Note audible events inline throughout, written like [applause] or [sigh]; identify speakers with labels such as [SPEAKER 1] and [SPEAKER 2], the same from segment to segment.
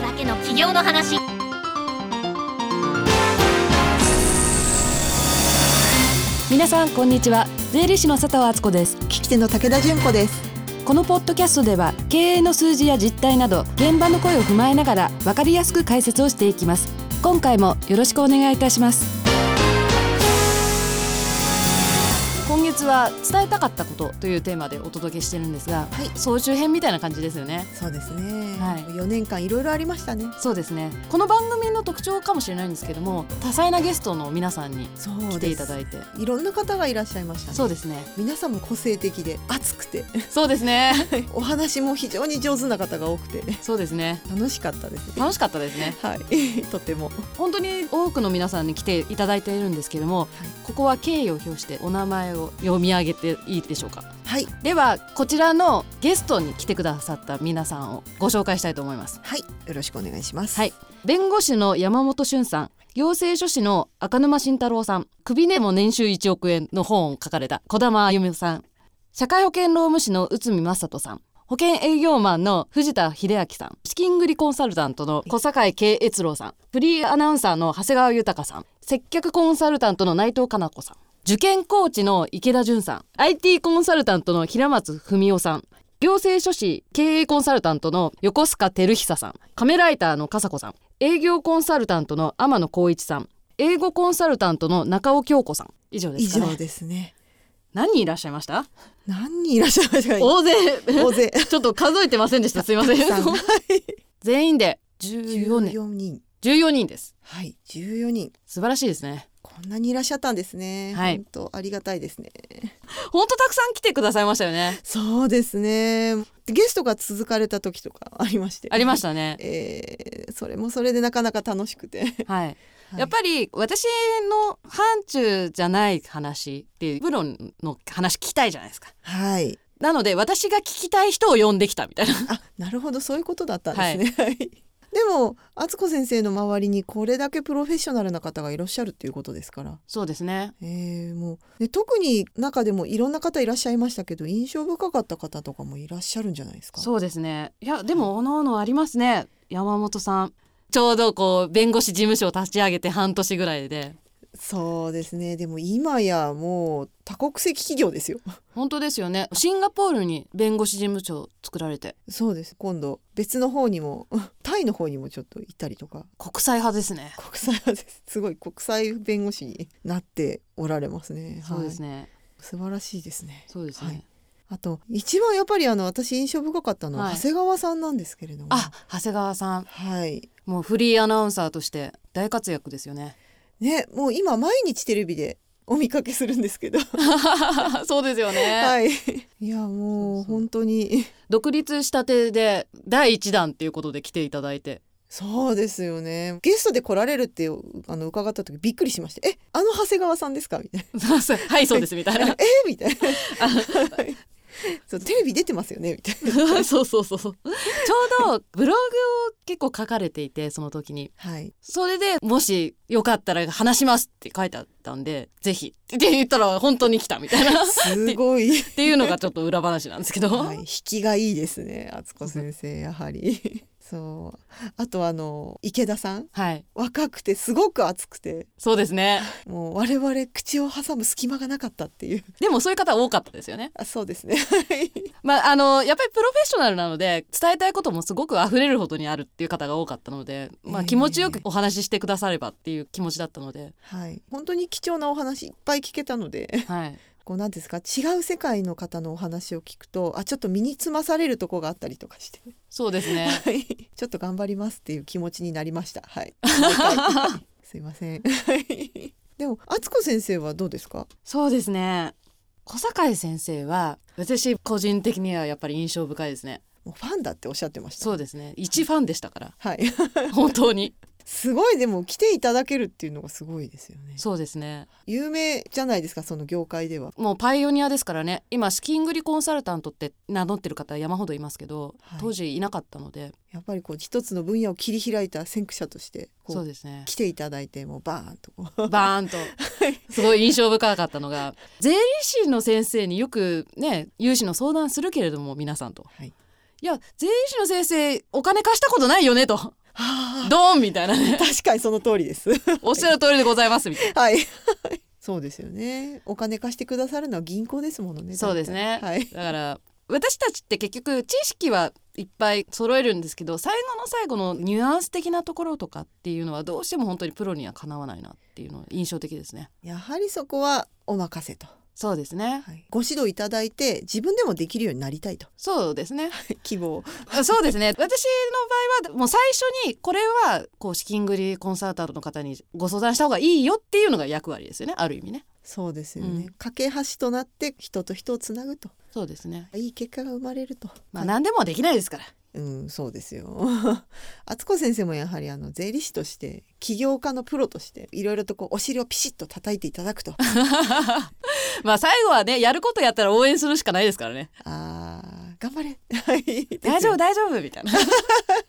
[SPEAKER 1] 境の話
[SPEAKER 2] 皆さんこんにちは税理士の佐藤敦子です
[SPEAKER 3] 聞き手の武田純子です
[SPEAKER 2] このポッドキャストでは経営の数字や実態など現場の声を踏まえながら分かりやすく解説をしていきます今回もよろしくお願いいたします今月は伝えたかったことというテーマでお届けしてるんですが、
[SPEAKER 3] はい
[SPEAKER 2] 総集編みたいな感じですよね
[SPEAKER 3] そうですね、
[SPEAKER 2] はい
[SPEAKER 3] 4年間いろいろありましたね
[SPEAKER 2] そうですねこの番組の特徴かもしれないんですけども多彩なゲストの皆さんに
[SPEAKER 3] そうです
[SPEAKER 2] 来ていただいて
[SPEAKER 3] いろんな方がいらっしゃいましたね
[SPEAKER 2] そうですね
[SPEAKER 3] 皆さんも個性的で熱く
[SPEAKER 2] [laughs]
[SPEAKER 3] て
[SPEAKER 2] そうですね
[SPEAKER 3] お話も非常に上手な方が多くて [laughs]
[SPEAKER 2] そうですね
[SPEAKER 3] 楽しかったです
[SPEAKER 2] 楽しかったですね
[SPEAKER 3] はい [laughs] とても
[SPEAKER 2] 本当に多くの皆さんに来ていただいているんですけれども、ここは敬意を表してお名前を読み上げていいでしょうか
[SPEAKER 3] はい
[SPEAKER 2] ではこちらのゲストに来てくださった皆さんをご紹介したいと思います
[SPEAKER 3] はいよろしくお願いします
[SPEAKER 2] はい弁護士の山本俊さん行政書士の赤沼慎太郎さん首根も年収1億円の本を書かれた小玉あゆみさん社会保険労務士の内海正人さん保険営業マンの藤田秀明さん資金繰りコンサルタントの小坂慶越郎さんフリーアナウンサーの長谷川豊さん接客コンサルタントの内藤かな子さん受験コーチの池田純さん IT コンサルタントの平松文夫さん行政書士経営コンサルタントの横須賀照久さんカメラライターの笠子さん営業コンサルタントの天野光一さん英語コンサルタントの中尾京子さん以上で
[SPEAKER 3] 以
[SPEAKER 2] すか
[SPEAKER 3] 上
[SPEAKER 2] ね
[SPEAKER 3] ですね
[SPEAKER 2] 何人いらっしゃいました
[SPEAKER 3] 何人いらっしゃいましたか
[SPEAKER 2] 大勢 [laughs]
[SPEAKER 3] 大勢
[SPEAKER 2] ちょっと数えてませんで [laughs] した。すいません
[SPEAKER 3] さん。
[SPEAKER 2] 全員で14人。
[SPEAKER 3] 14人
[SPEAKER 2] 14人です。
[SPEAKER 3] はい14人
[SPEAKER 2] 素晴らしいですね。
[SPEAKER 3] こんなにいらっしゃったんですね
[SPEAKER 2] はい
[SPEAKER 3] 本当ありがたいですね
[SPEAKER 2] 本当たくさん来てくださいましたよね。
[SPEAKER 3] そうですねゲストが続かれた時とかありまして
[SPEAKER 2] ありましたね。
[SPEAKER 3] えーそれもそれでなかなか楽しくて
[SPEAKER 2] はい。やっぱり私の範疇じゃない話っていうプロの話聞きたいじゃないですか。
[SPEAKER 3] はい
[SPEAKER 2] なので私が聞きたい人を呼んできたみたいな。
[SPEAKER 3] あなるほどそういうことだったんですね、はい、でも敦子先生の周りにこれだけプロフェッショナルな方がいらっしゃるっていうことですから、
[SPEAKER 2] そうですね。
[SPEAKER 3] えーもうで特に中でもいろんな方いらっしゃいましたけど印象深かった方とかもいらっしゃるんじゃないですか
[SPEAKER 2] そうですね。いやでも各々ありますね。山本さん。ちょうどこう弁護士事務所を立ち上げて半年ぐらいで。
[SPEAKER 3] そうですねでも今やもう多国籍企業ですよ
[SPEAKER 2] 本当ですよねシンガポールに弁護士事務所を作られて
[SPEAKER 3] そうです今度別の方にも [laughs] タイの方にもちょっと行ったりとか
[SPEAKER 2] 国際派ですね、
[SPEAKER 3] 国際派ですすごい国際弁護士になっておられますね。
[SPEAKER 2] そうです
[SPEAKER 3] ね。
[SPEAKER 2] ね
[SPEAKER 3] 素晴らしいですね。
[SPEAKER 2] そうですね、
[SPEAKER 3] はいあと一番やっぱりあの私印象深かったのは
[SPEAKER 2] はい
[SPEAKER 3] 長谷川さんなんですけれども、
[SPEAKER 2] あ長谷川さん
[SPEAKER 3] はい。
[SPEAKER 2] もうフリーアナウンサーとして大活躍ですよね
[SPEAKER 3] ね、もう今毎日テレビでお見かけするんですけど、
[SPEAKER 2] [laughs] そうですよね、
[SPEAKER 3] [laughs] はい。いやもう本当に
[SPEAKER 2] 独立したてで第一弾っていうことで来ていただいて
[SPEAKER 3] そうですよね。ゲストで来られるってあの伺った時びっくりしました。え、あの長谷川さんですかみたい
[SPEAKER 2] そうそう [laughs] はいそうですみたい [laughs]
[SPEAKER 3] な。
[SPEAKER 2] な
[SPEAKER 3] えみたいな。はい [laughs] そうテレビ出てますよねみたい
[SPEAKER 2] [laughs]
[SPEAKER 3] な。
[SPEAKER 2] そうそうそうそうちょうどブログを結構書かれていてその時に
[SPEAKER 3] はい。
[SPEAKER 2] それでもしよかったら話しますって書いてあったんでぜひって言ったら本当に来たみたい [laughs] な
[SPEAKER 3] すごい。
[SPEAKER 2] っていうのがちょっと裏話なんですけど、
[SPEAKER 3] [laughs] はい、引きがいいですね敦子先生やはり [laughs] そうあとあの池田さん
[SPEAKER 2] はい、
[SPEAKER 3] 若くてすごく熱くて
[SPEAKER 2] そうですね。
[SPEAKER 3] もう我々口を挟む隙間がなかったっていう
[SPEAKER 2] でもそういう方多かったですよね。
[SPEAKER 3] あそうですね [laughs] はい
[SPEAKER 2] まああのやっぱりプロフェッショナルなので伝えたいこともすごく溢れるほどにあるっていう方が多かったので、まあ
[SPEAKER 3] ええ
[SPEAKER 2] 気持ちよくお話ししてくださればっていう気持ちだったので、
[SPEAKER 3] はい本当に貴重なお話いっぱい聞けたので [laughs]
[SPEAKER 2] はい、
[SPEAKER 3] こうなんですか違う世界の方のお話を聞くとあちょっと身につまされるとこがあったりとかして、
[SPEAKER 2] そうですね。
[SPEAKER 3] はい、ちょっと頑張りますっていう気持ちになりましたはい
[SPEAKER 2] [laughs]
[SPEAKER 3] はいすいませんはいでも敦子先生はどうですか
[SPEAKER 2] そうですね。小坂井先生は私個人的にはやっぱり印象深いですね。
[SPEAKER 3] もうファンだっておっしゃってました
[SPEAKER 2] そうですね。一ファンでしたから [laughs]
[SPEAKER 3] はい
[SPEAKER 2] 本当に。
[SPEAKER 3] すごいでも来ていただけるっていうのがすごいですよね
[SPEAKER 2] そうですね。
[SPEAKER 3] 有名じゃないですかその業界では
[SPEAKER 2] もうパイオニアですからね今資金繰りコンサルタントって名乗ってる方山ほどいますけど、
[SPEAKER 3] はい
[SPEAKER 2] 当時いなかったので
[SPEAKER 3] やっぱりこう一つの分野を切り開いた先駆者としてこ
[SPEAKER 2] そう
[SPEAKER 3] う
[SPEAKER 2] です [laughs] ね
[SPEAKER 3] 来ていただいてもうバーンとこう
[SPEAKER 2] バーンとすごい印象深かったのが税理士の先生によくね融資の相談するけれども皆さんと
[SPEAKER 3] はい
[SPEAKER 2] [laughs] いや税理士の先生お金貸したことないよねと
[SPEAKER 3] はあ
[SPEAKER 2] ドーンみたいなね
[SPEAKER 3] 確かにその通りです。
[SPEAKER 2] おっしゃる通りでございますみたいな
[SPEAKER 3] はい。そうですよね。お金貸してくださるのは銀行ですものね。
[SPEAKER 2] そうですね、
[SPEAKER 3] 大体
[SPEAKER 2] だから私たちって結局知識はいっぱい揃えるんですけど最後の最後のニュアンス的なところとかっていうのはどうしても本当にプロにはかなわないなっていうのが印象的ですね
[SPEAKER 3] はい。やはりそこはお任せと。
[SPEAKER 2] そうですね
[SPEAKER 3] はい、ご指導いただいて自分でもできるようになりたいと [laughs]
[SPEAKER 2] そうですね
[SPEAKER 3] 希望
[SPEAKER 2] あそうですね [laughs] 私の場合はもう最初にこれはこう資金繰りコンサーターの方にご相談した方がいいよっていうのが役割ですよねある意味ね
[SPEAKER 3] そうですよね、
[SPEAKER 2] うん
[SPEAKER 3] 架け橋となって人と人をつなぐと
[SPEAKER 2] そうですね
[SPEAKER 3] いい結果が生まれると、
[SPEAKER 2] まあ何でもできないですから
[SPEAKER 3] うんそうですよ [laughs] 敦子先生もやはりあの税理士として起業家のプロとしていろいろとこうお尻をピシッと叩いていた
[SPEAKER 2] [laughs]
[SPEAKER 3] だくと
[SPEAKER 2] まあ最後はねやることやったら応援するしかないですからね
[SPEAKER 3] あー頑張れ [laughs] はい
[SPEAKER 2] 大丈夫大丈夫みたいな
[SPEAKER 3] [laughs]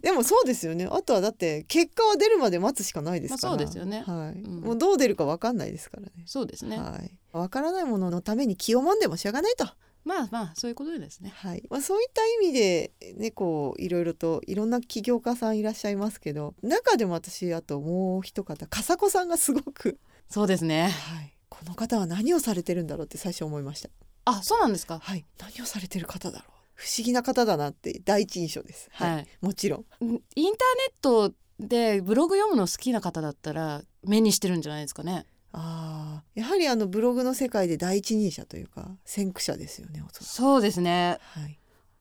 [SPEAKER 3] でもそうですよねあとはだって結果は出るまで待つしかないですか
[SPEAKER 2] ま
[SPEAKER 3] ら、
[SPEAKER 2] あそうですよね
[SPEAKER 3] はい
[SPEAKER 2] うん
[SPEAKER 3] もうどう出るかわかんないですからね
[SPEAKER 2] [laughs] そうですね
[SPEAKER 3] はいわからないもののために気をもんでもしょうがないと
[SPEAKER 2] まあまあそういうことですね
[SPEAKER 3] はいまあ、そういった意味でねこういろいろといろんな起業家さんいらっしゃいますけど中でも私あともう一方笠子さんがすごく、
[SPEAKER 2] そうですね
[SPEAKER 3] はい、この方は何をされてるんだろうって最初思いました
[SPEAKER 2] あそうなんですか
[SPEAKER 3] はい何をされてる方だろう不思議な方だなって第一印象ですはい、
[SPEAKER 2] はい
[SPEAKER 3] もちろん
[SPEAKER 2] インターネットでブログ読むの好きな方だったら目にしてるんじゃないですかね
[SPEAKER 3] あーやはりあのブログの世界で第一人者というか先駆者ですよねおそら
[SPEAKER 2] そうですね
[SPEAKER 3] くはい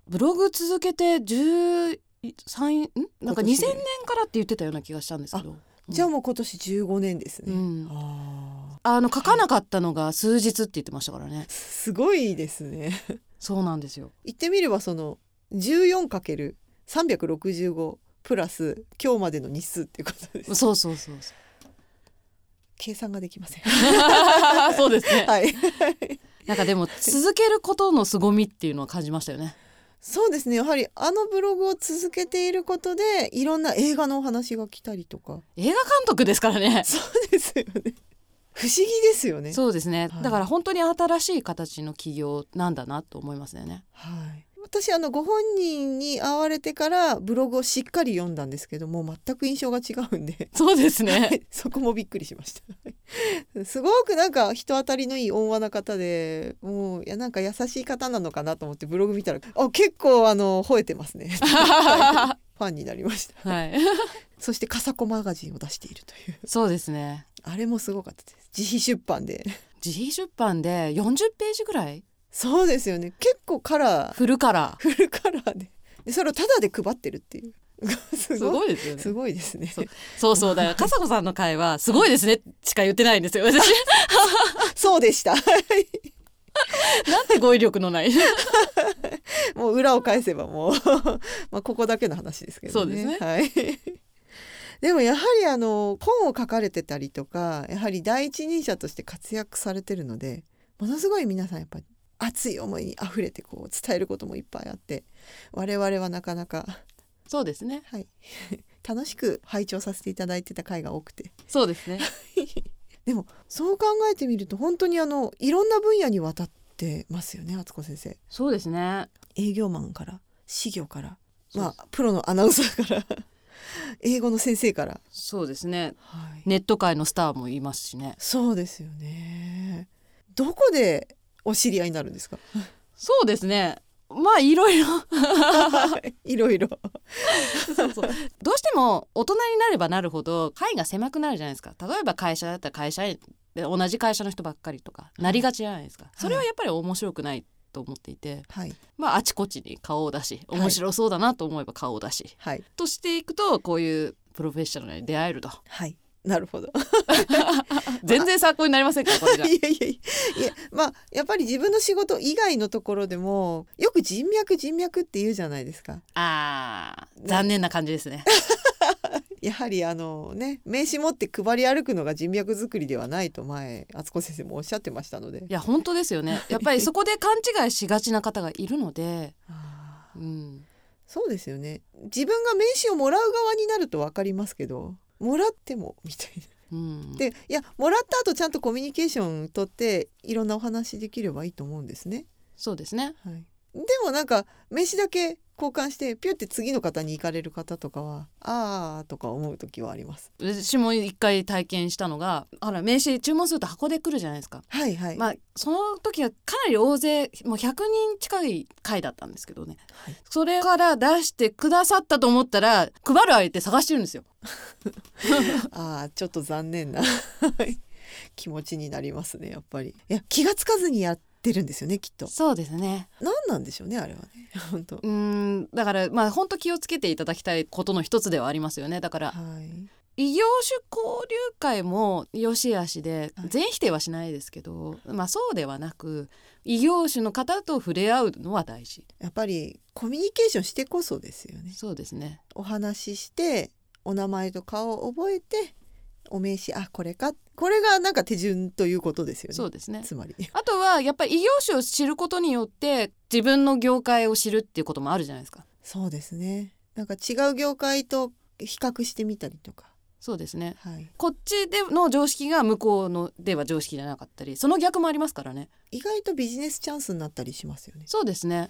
[SPEAKER 2] ブログ続けて13んなんか2000
[SPEAKER 3] 今年
[SPEAKER 2] 年からって言ってたような気がしたんですけどうん
[SPEAKER 3] じゃあもう今年15年ですね、
[SPEAKER 2] うん
[SPEAKER 3] あー
[SPEAKER 2] あの書かなかったのが数日って言ってましたからね
[SPEAKER 3] すごいですね
[SPEAKER 2] そうなんですよ
[SPEAKER 3] 言ってみればその 14×365 プラス今日までの日数っていうことです
[SPEAKER 2] そうそうそうそ
[SPEAKER 3] 計算ができませ [laughs] ん
[SPEAKER 2] う [laughs] そうですね
[SPEAKER 3] はい
[SPEAKER 2] なんかでも続けることの凄みっていうのは感じましたよね
[SPEAKER 3] そうですねやはりあのブログを続けていることでいろんな映画のお話が来たりとか
[SPEAKER 2] 映画監督ですからね
[SPEAKER 3] そうですよね不思議ですよね
[SPEAKER 2] そうですね、
[SPEAKER 3] はい
[SPEAKER 2] だから本当に新しい形の起業なんだなと思いますよね
[SPEAKER 3] はい私あのご本人に会われてからブログをしっかり読んだんですけどもう全く印象が違うんで
[SPEAKER 2] そうですね
[SPEAKER 3] [laughs] そこもびっくりしました。 [laughs] すごくなんか人当たりのいい温和な方で、もういやなんか優しい方なのかなと思ってブログ見たら、あ結構あの吠えて [laughs] ますね。
[SPEAKER 2] は
[SPEAKER 3] ファンになりました。
[SPEAKER 2] い [laughs]
[SPEAKER 3] そして笠子マガジンを出しているという、
[SPEAKER 2] そうですね
[SPEAKER 3] あれもすごかったです。自費出版で。
[SPEAKER 2] 自費出版で40ページぐらい
[SPEAKER 3] そうですよね。結構カラー、
[SPEAKER 2] フルカラ
[SPEAKER 3] フルカラーで、でそれをタダで配ってるっていう。 [laughs] す
[SPEAKER 2] ーす
[SPEAKER 3] ごい。
[SPEAKER 2] ごいですよね
[SPEAKER 3] すごいですね。
[SPEAKER 2] そうそうそう [laughs] だから笠子さんの会はすごいですねしか言ってないんですよ [laughs] 私
[SPEAKER 3] そうでした。はい
[SPEAKER 2] なんて語彙力のない
[SPEAKER 3] もう裏を返せばもう [laughs] まあここだけの話ですけどね。
[SPEAKER 2] そうです
[SPEAKER 3] はい。 [laughs] でもやはりあの本を書かれてたりとかやはり第一人者として活躍されてるのでものすごい皆さんやっぱり熱い思いにあふれてこう伝えることもいっぱいあって我々はなかなか、
[SPEAKER 2] そうですね
[SPEAKER 3] はい、 [laughs] 楽しく拝聴させていただいてた回が多くて
[SPEAKER 2] そうですね
[SPEAKER 3] でもそう考えてみると本当にあのいろんな分野にわたってますよね敦子先生。
[SPEAKER 2] そうですね
[SPEAKER 3] 営業マンから資業から、
[SPEAKER 2] そう
[SPEAKER 3] まあ、プロのアナウンサーから [laughs] 英語の先生から、
[SPEAKER 2] そうですね
[SPEAKER 3] はい
[SPEAKER 2] ネット界のスターもいますしね
[SPEAKER 3] そうですよねどこでお知り合いになるんですか
[SPEAKER 2] そうですねまあいろいろ
[SPEAKER 3] [laughs] いろいろ
[SPEAKER 2] そうそうどうしても大人になればなるほど範囲が狭くなるじゃないですか例えば会社だったら会社員で同じ会社の人ばっかりとかなりがちじゃないですか、それはやっぱり面白くないと思っていて、
[SPEAKER 3] [laughs] はい
[SPEAKER 2] まああちこちに顔を出し面白そうだなと思えば顔を出し、
[SPEAKER 3] はい
[SPEAKER 2] としていくとこういうプロフェッショナルに出会えると [laughs]
[SPEAKER 3] はいなるほど
[SPEAKER 2] 全然参考になりません [laughs] かこれ
[SPEAKER 3] い
[SPEAKER 2] が
[SPEAKER 3] や [laughs] いやいやいやまあやっぱり自分の仕事以外のところでもよく人脈人脈って言うじゃないですか
[SPEAKER 2] あー残念な感じですね
[SPEAKER 3] やはりあのね名刺持って配り歩くのが人脈作りではないと前敦子先生もおっしゃってましたので
[SPEAKER 2] いや本当ですよねやっぱりそこで勘違いしがちな方がいるので、
[SPEAKER 3] あー
[SPEAKER 2] うん、
[SPEAKER 3] そうですよね自分が名刺をもらう側になると分かりますけどもらってもみたいな。
[SPEAKER 2] うん、
[SPEAKER 3] でいやもらった後ちゃんとコミュニケーション取っていろんなお話できればいいと思うんですね。
[SPEAKER 2] そうですね
[SPEAKER 3] はい、でもなんか名刺だけ交換してピュって次の方に行かれる方とかはあーとか思う時はあります。
[SPEAKER 2] 私も一回体験したのがあら名刺注文すると箱で来るじゃないですか、
[SPEAKER 3] はいはい。
[SPEAKER 2] まあその時はかなり大勢もう100人近い回だったんですけどね、
[SPEAKER 3] はい
[SPEAKER 2] それから出してくださったと思ったら配る相手探してるん
[SPEAKER 3] [laughs]
[SPEAKER 2] ですよ
[SPEAKER 3] ああちょっと残念なはい気持ちになりますねやっぱり。いや気がつかずにやってるんですよねきっと。
[SPEAKER 2] そうですね
[SPEAKER 3] 何なんでしょうねあれはね本当。
[SPEAKER 2] うーんだからまあ本当気をつけていただきたいことの一つではありますよねだから
[SPEAKER 3] はい。
[SPEAKER 2] 異業種交流会も良し悪しで
[SPEAKER 3] はい
[SPEAKER 2] 全否定はしないですけど、まあそうではなく異業種の方と触れ合うのは大事
[SPEAKER 3] やっぱりコミュニケーションしてこそですよね。
[SPEAKER 2] そうですね
[SPEAKER 3] お話ししてお名前と顔を覚えてお名刺あこれかこれがなんか手順ということですよね。
[SPEAKER 2] そうですね
[SPEAKER 3] つまり。
[SPEAKER 2] あとはやっぱり異業種を知ることによって自分の業界を知るっていうこともあるじゃないですか
[SPEAKER 3] そうですね。なんか違う業界と比較してみたりとか。
[SPEAKER 2] そうですね
[SPEAKER 3] はい。
[SPEAKER 2] こっちでの常識が向こうのでは常識じゃなかったりその逆もありますからね
[SPEAKER 3] 意外とビジネスチャンスになったりしますよね。
[SPEAKER 2] そうですね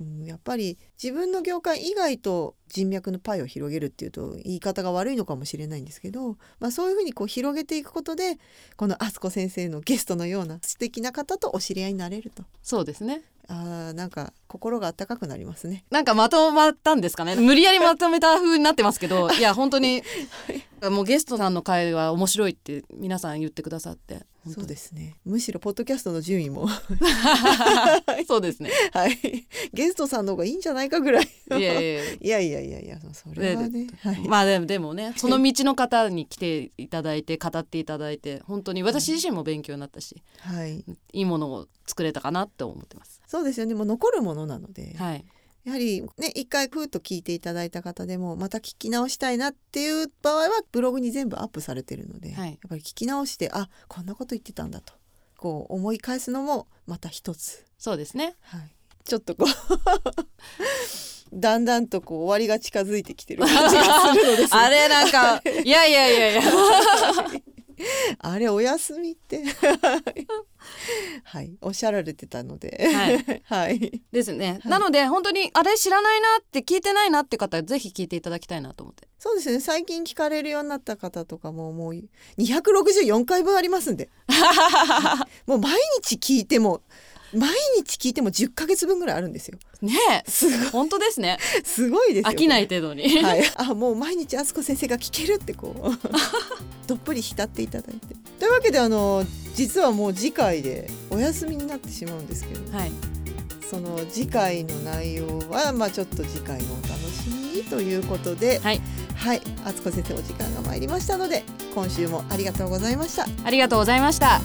[SPEAKER 3] うん、やっぱり自分の業界以外と人脈のパイを広げるっていうと言い方が悪いのかもしれないんですけど、まあ、そういうふうにこう広げていくことでこのあすこ先生のゲストのような素敵な方とお知り合いになれると
[SPEAKER 2] そうですね
[SPEAKER 3] あーなんか心が温かくなりますね。
[SPEAKER 2] なんかまとまったんですかね無理やりまとめた風になってますけ
[SPEAKER 3] [laughs]
[SPEAKER 2] どいや本当にもうゲストさんの会は面白いって皆さん言ってくださって
[SPEAKER 3] そうですねむしろポッドキャストの順位も、 [laughs]
[SPEAKER 2] す [laughs] そうですね
[SPEAKER 3] はい、ゲストさんの方がいいんじゃないかぐらい
[SPEAKER 2] いやいやいや
[SPEAKER 3] [laughs] いやいやいやいや、それはね。はい。
[SPEAKER 2] [laughs] まあでもでもねその道の方に来ていただいて語っていただいて本当に私自身も勉強になったし
[SPEAKER 3] はい。
[SPEAKER 2] いいものを作れたかなって思ってます。
[SPEAKER 3] そうですよね。もう残るものなので、
[SPEAKER 2] はい、
[SPEAKER 3] やはりね、一回ふーっと聞いていただいた方でも、また聞き直したいなっていう場合は、ブログに全部アップされてるので、
[SPEAKER 2] はい
[SPEAKER 3] やっぱり聞き直して、あ、こんなこと言ってたんだと、こう思い返すのもまた一つ。
[SPEAKER 2] そうですね。
[SPEAKER 3] はい。ちょっとこう [laughs] だんだんとこう終わりが近づいてきて [laughs] る感じがするのです。
[SPEAKER 2] あれなんか、
[SPEAKER 3] [laughs]
[SPEAKER 2] いやいやいやいや、
[SPEAKER 3] あれお休みって。はい。おっしゃられてたので。
[SPEAKER 2] はい
[SPEAKER 3] はい。
[SPEAKER 2] ですね。
[SPEAKER 3] はい
[SPEAKER 2] なので本当にあれ知らないなって聞いてないなって方ぜひ聞いていただきたいなと思って。
[SPEAKER 3] そうですね最近聞かれるようになった方とかももう264回分あります
[SPEAKER 2] [laughs]
[SPEAKER 3] んでもう毎日聞いても毎日聞いても10ヶ月分ぐらいあるんですよ
[SPEAKER 2] ね
[SPEAKER 3] すご
[SPEAKER 2] え、本当ですね。
[SPEAKER 3] いすごいですよ
[SPEAKER 2] 飽きない程度
[SPEAKER 3] [laughs]
[SPEAKER 2] に。 [laughs]
[SPEAKER 3] はい、あもう毎日あすこ先生が聞けるってこう [laughs] どっぷり浸っていただいてというわけであの実はもう次回でお休みになってしまうんですけど
[SPEAKER 2] はい、
[SPEAKER 3] その次回の内容はまあちょっと次回のお楽しみにということで
[SPEAKER 2] は、
[SPEAKER 3] はいあつこ先生お時間が参りましたので今週もありがとうございました
[SPEAKER 2] ありがとうございました。